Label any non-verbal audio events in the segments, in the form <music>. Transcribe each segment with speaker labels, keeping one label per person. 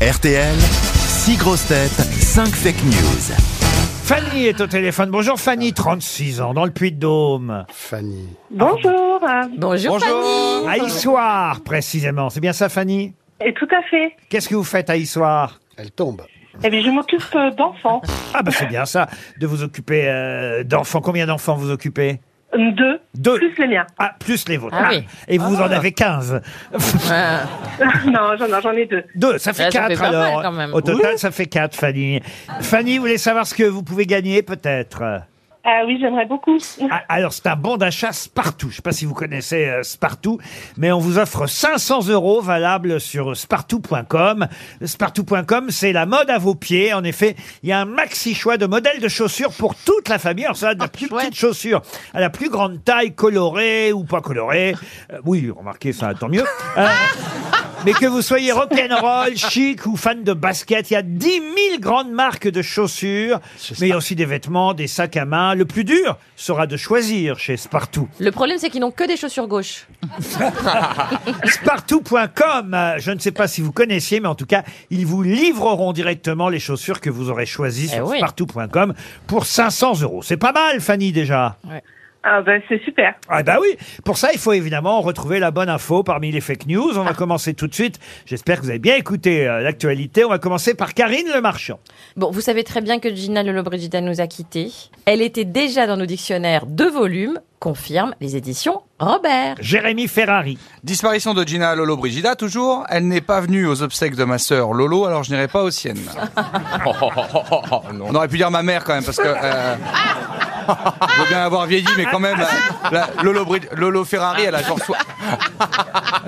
Speaker 1: RTL, 6 grosses têtes, 5 fake news.
Speaker 2: Fanny est au téléphone. Bonjour Fanny, 36 ans, dans le Puy-de-Dôme.
Speaker 3: Fanny.
Speaker 4: Bonjour. Euh,
Speaker 5: Bonjour,
Speaker 2: À Issoire, précisément. C'est bien ça, Fanny
Speaker 4: Et tout à fait.
Speaker 2: Qu'est-ce que vous faites à Issoire
Speaker 3: Elle tombe.
Speaker 4: Eh bien, je m'occupe euh, d'enfants.
Speaker 2: Ah, bah c'est bien ça, de vous occuper euh, d'enfants. Combien d'enfants vous occupez
Speaker 4: Euh, Deux.
Speaker 2: Deux.
Speaker 4: Plus les miens. <laughs>
Speaker 2: Ah, plus les vôtres.
Speaker 5: Ah oui.
Speaker 2: Et vous en avez 15.
Speaker 5: Ah.
Speaker 4: non, j'en j'en ai deux.
Speaker 2: Deux, ça fait
Speaker 5: Ouais, ça
Speaker 2: quatre
Speaker 5: fait pas mal,
Speaker 2: alors.
Speaker 5: quand même.
Speaker 2: Au total, ça fait quatre, Fanny. Fanny, vous voulez savoir ce que vous pouvez gagner, peut-être
Speaker 4: Ah oui, j'aimerais beaucoup.
Speaker 2: Ah, Alors, c'est un bon d'achat Spartoo. Je ne sais pas si vous connaissez euh, Spartoo, mais on vous offre 500 euros valables sur euh, spartoo.com. Spartoo.com, c'est la mode à vos pieds. En effet, il y a un maxi choix de modèles de chaussures pour toute la famille. Alors, ça va de la plus
Speaker 5: chouette.
Speaker 2: petite chaussure à la plus grande taille, colorée ou pas colorée. Euh, oui, remarquez, ça, tant mieux. Euh, mais que vous soyez rock'n'roll, chic ou fan de basket, il y a 10 000 grandes marques de chaussures, mais il y a aussi des vêtements, des sacs à main. Le plus dur sera de choisir chez Spartoo.
Speaker 5: Le problème, c'est qu'ils n'ont que des chaussures gauches.
Speaker 2: Spartoo.com, euh, je ne sais pas si vous connaissiez, mais en tout cas, ils vous livreront directement les chaussures que vous aurez choisies
Speaker 5: Eh
Speaker 2: sur
Speaker 5: oui.
Speaker 2: Spartoo.com pour 500 euros. C'est pas mal, Fanny, déjà.
Speaker 4: Ah ben, c'est super.
Speaker 2: Ah bah oui, pour ça il faut évidemment retrouver la bonne info parmi les fake news.
Speaker 5: Ah.
Speaker 2: On va commencer tout de suite. J'espère que vous avez bien écouté euh, l'actualité. On va commencer par Karine Le Marchand.
Speaker 5: Bon, vous savez très bien que Gina Lollobrigida nous a quittés. Elle était déjà dans nos dictionnaires de volume, confirme les éditions Robert.
Speaker 2: Jérémy Ferrari.
Speaker 6: Disparition de Gina Lolo Brigida, toujours. Elle n'est pas venue aux obsèques de ma sœur Lolo, alors je n'irai pas aux siennes. On aurait pu dire ma mère quand même, parce que. Euh, je veux bien avoir vieilli, mais quand même, euh, la- Lolo, Bri- Lolo Ferrari, elle a genre. soi-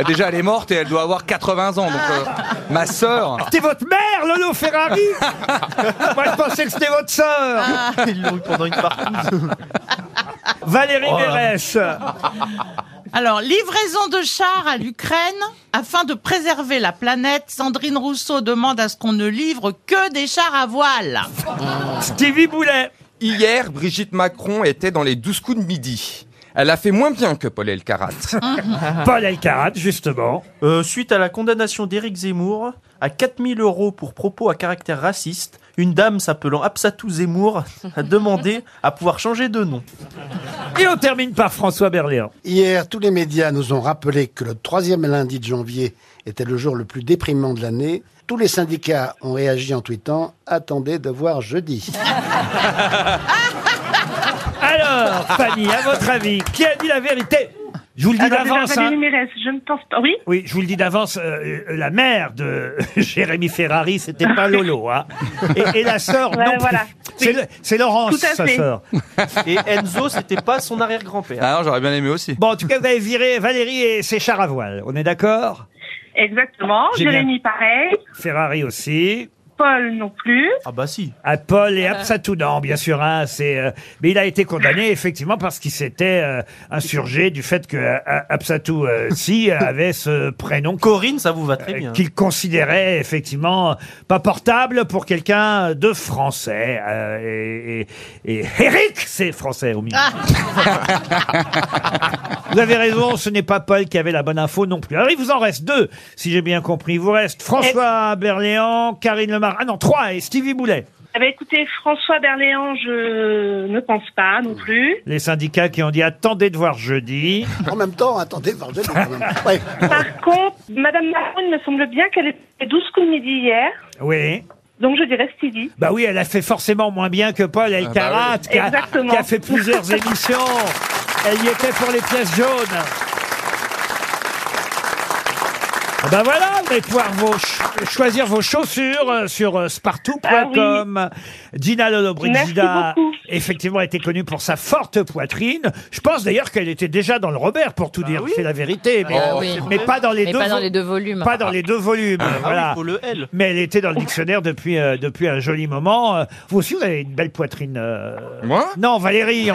Speaker 6: Déjà, <laughs> elle est morte et elle doit avoir 80 ans. Donc, euh, ma sœur.
Speaker 2: C'était votre mère, Lolo <laughs> Ferrari Moi je pensais que c'était votre sœur.
Speaker 7: <laughs> Ils l'ont eu pendant une partie.
Speaker 2: Valérie Mérès.
Speaker 8: Alors, livraison de chars à l'Ukraine. Afin de préserver la planète, Sandrine Rousseau demande à ce qu'on ne livre que des chars à voile.
Speaker 2: Stevie Boulet.
Speaker 6: Hier, Brigitte Macron était dans les 12 coups de midi. Elle a fait moins bien que Paul Elkarat.
Speaker 2: Paul Elkarat, justement.
Speaker 7: Euh, suite à la condamnation d'Éric Zemmour à 4000 euros pour propos à caractère raciste, une dame s'appelant Absatou Zemmour a demandé à pouvoir changer de nom.
Speaker 2: Et on termine par François Berléand.
Speaker 3: Hier, tous les médias nous ont rappelé que le troisième lundi de janvier était le jour le plus déprimant de l'année. Tous les syndicats ont réagi en tweetant Attendez de voir jeudi. <laughs>
Speaker 2: Alors, Fanny, à votre avis, qui a dit la vérité Je vous le dis
Speaker 4: Alors, Ah, déjà,
Speaker 2: d'avance. hein.
Speaker 4: Valérie Mérès, je ne pense pas. Oui
Speaker 2: Oui, je vous le dis d'avance, euh, euh, la mère de <laughs> Jérémy Ferrari, c'était pas Lolo, hein. Et, et la sœur,
Speaker 4: Ouais,
Speaker 2: non plus.
Speaker 4: voilà.
Speaker 2: C'est le- C'est Laurence,
Speaker 4: Tout à
Speaker 2: sa
Speaker 4: fait.
Speaker 2: sœur.
Speaker 7: Et Enzo, c'était pas son arrière-grand-père.
Speaker 6: Ah non, j'aurais bien aimé aussi.
Speaker 2: Bon, en tout cas, vous avez viré Valérie et ses chars à voile. On est d'accord
Speaker 4: Exactement.
Speaker 2: J'ai bien.
Speaker 4: Jérémy, pareil.
Speaker 2: Ferrari aussi.
Speaker 4: Paul, non plus.
Speaker 7: Ah bah si.
Speaker 2: À Paul et Absatou, non, bien sûr, hein, c'est. euh, mais il a été condamné effectivement parce qu'il s'était euh, insurgé du fait que euh, Absatou euh, si avait ce prénom
Speaker 7: Corinne, ça vous va très
Speaker 2: euh,
Speaker 7: bien. Ah
Speaker 2: qu'il considérait effectivement pas portable pour quelqu'un de français. Euh, et, et- et Eric, c'est français au milieu. vous avez raison, ce n'est pas Paul qui avait la bonne info non plus. Alors il vous en reste deux, si j'ai bien compris. Il vous reste François Berléand, Karine Lemar, ah non, trois, et Stevie Boulet.
Speaker 4: Eh ben, écoutez, François Berléand, je ne pense pas non plus.
Speaker 2: Les syndicats qui ont dit attendez de
Speaker 7: <laughs>
Speaker 2: voir jeudi.
Speaker 3: En même temps, attendez de voir jeudi quand même. Ouais.
Speaker 4: Par contre, Madame Macron, il me semble bien qu'elle était 12 coups de midi hier.
Speaker 2: Oui.
Speaker 4: Donc, je dirais Stevie.
Speaker 2: Bah oui, elle a fait forcément moins bien que Paul Elkarat, qui, a-
Speaker 4: Ah bah Exactement.
Speaker 2: qui a fait plusieurs émissions. Elle y était pour les pièces jaunes. Ah Ben voilà, vous allez pouvoir vos cho- choisir vos chaussures euh, sur euh, spartoo.com. Dina Lollobrigida,
Speaker 4: Bah Merci beaucoup.
Speaker 2: effectivement, était connue pour sa forte poitrine. Je pense d'ailleurs qu'elle était déjà dans le Robert, pour tout dire. C'est la vérité, mais,
Speaker 5: Ah oui.
Speaker 2: mais pas dans les
Speaker 5: Bah Mais
Speaker 2: deux
Speaker 5: pas dans
Speaker 2: vo-
Speaker 5: les deux volumes.
Speaker 2: pas dans les deux volumes.
Speaker 7: Ah
Speaker 2: voilà.
Speaker 7: oui, faut le L.
Speaker 2: Mais elle était dans le dictionnaire depuis, euh, depuis un joli moment. Euh, Vous aussi, vous avez une belle poitrine. euh,
Speaker 6: Moi
Speaker 2: Non, Valérie. on-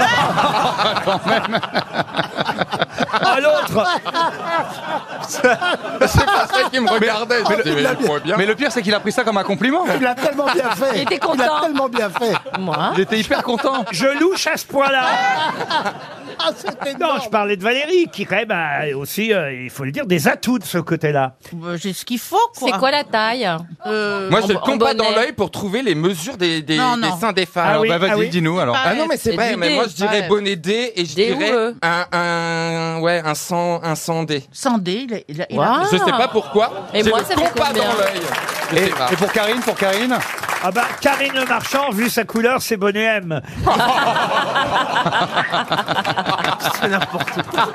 Speaker 2: Ah, l'autre. monstre
Speaker 6: C'est pas ça qui me regardait.
Speaker 7: Mais
Speaker 6: je me dis, mais il pourrait
Speaker 7: le,
Speaker 6: bien.
Speaker 7: mais le pire, c'est qu'il a pris ça comme un compliment.
Speaker 3: Il l'a tellement bien fait.
Speaker 5: Il était
Speaker 3: Il
Speaker 5: content.
Speaker 3: l'a tellement bien fait.
Speaker 5: Moi
Speaker 7: Il était hyper content.
Speaker 2: Je louche à ce point-là
Speaker 3: Ah, c'était
Speaker 2: Non, je parlais de Valérie, qui quand même a aussi, euh, il faut le dire, des atouts de ce côté-là.
Speaker 8: Bah, J'ai ce qu'il faut, quoi.
Speaker 5: C'est quoi la taille
Speaker 8: Euh,
Speaker 6: Moi, je
Speaker 5: en-
Speaker 6: le
Speaker 5: en
Speaker 6: combat
Speaker 5: bonnet.
Speaker 6: dans l'œil pour trouver les mesures des, des,
Speaker 8: Non, non.
Speaker 6: des seins des femmes.
Speaker 2: Ah
Speaker 7: Alors,
Speaker 2: oui,
Speaker 7: bah, vas-y,
Speaker 2: ah oui.
Speaker 7: dis-nous alors.
Speaker 6: Ah non mais c'est
Speaker 5: C'est
Speaker 6: vrai,
Speaker 5: du
Speaker 6: mais
Speaker 5: dé,
Speaker 6: moi je dirais
Speaker 5: ouais.
Speaker 6: bonnet D et je
Speaker 5: Dé ou
Speaker 6: dirais
Speaker 5: E
Speaker 6: un, un ouais un 100 un 100 D.
Speaker 8: Sans dé, il a- il a- il a-
Speaker 5: Waouh.
Speaker 6: Je sais pas pourquoi.
Speaker 5: Ah. Et
Speaker 6: j'ai
Speaker 5: moi,
Speaker 6: le
Speaker 5: ça fait
Speaker 6: combat
Speaker 5: combien
Speaker 6: dans l'œil. Je sais pas.
Speaker 7: Et pour Karine, pour Karine
Speaker 2: Ah bah, Karine Le Marchand, vu sa couleur, c'est bonnet M.
Speaker 9: <laughs> C'est n'importe quoi.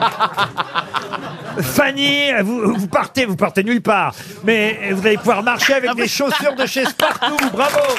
Speaker 2: Fanny, vous, vous partez, vous partez nulle part. Mais vous allez pouvoir marcher avec des chaussures de chez Spartoo. Bravo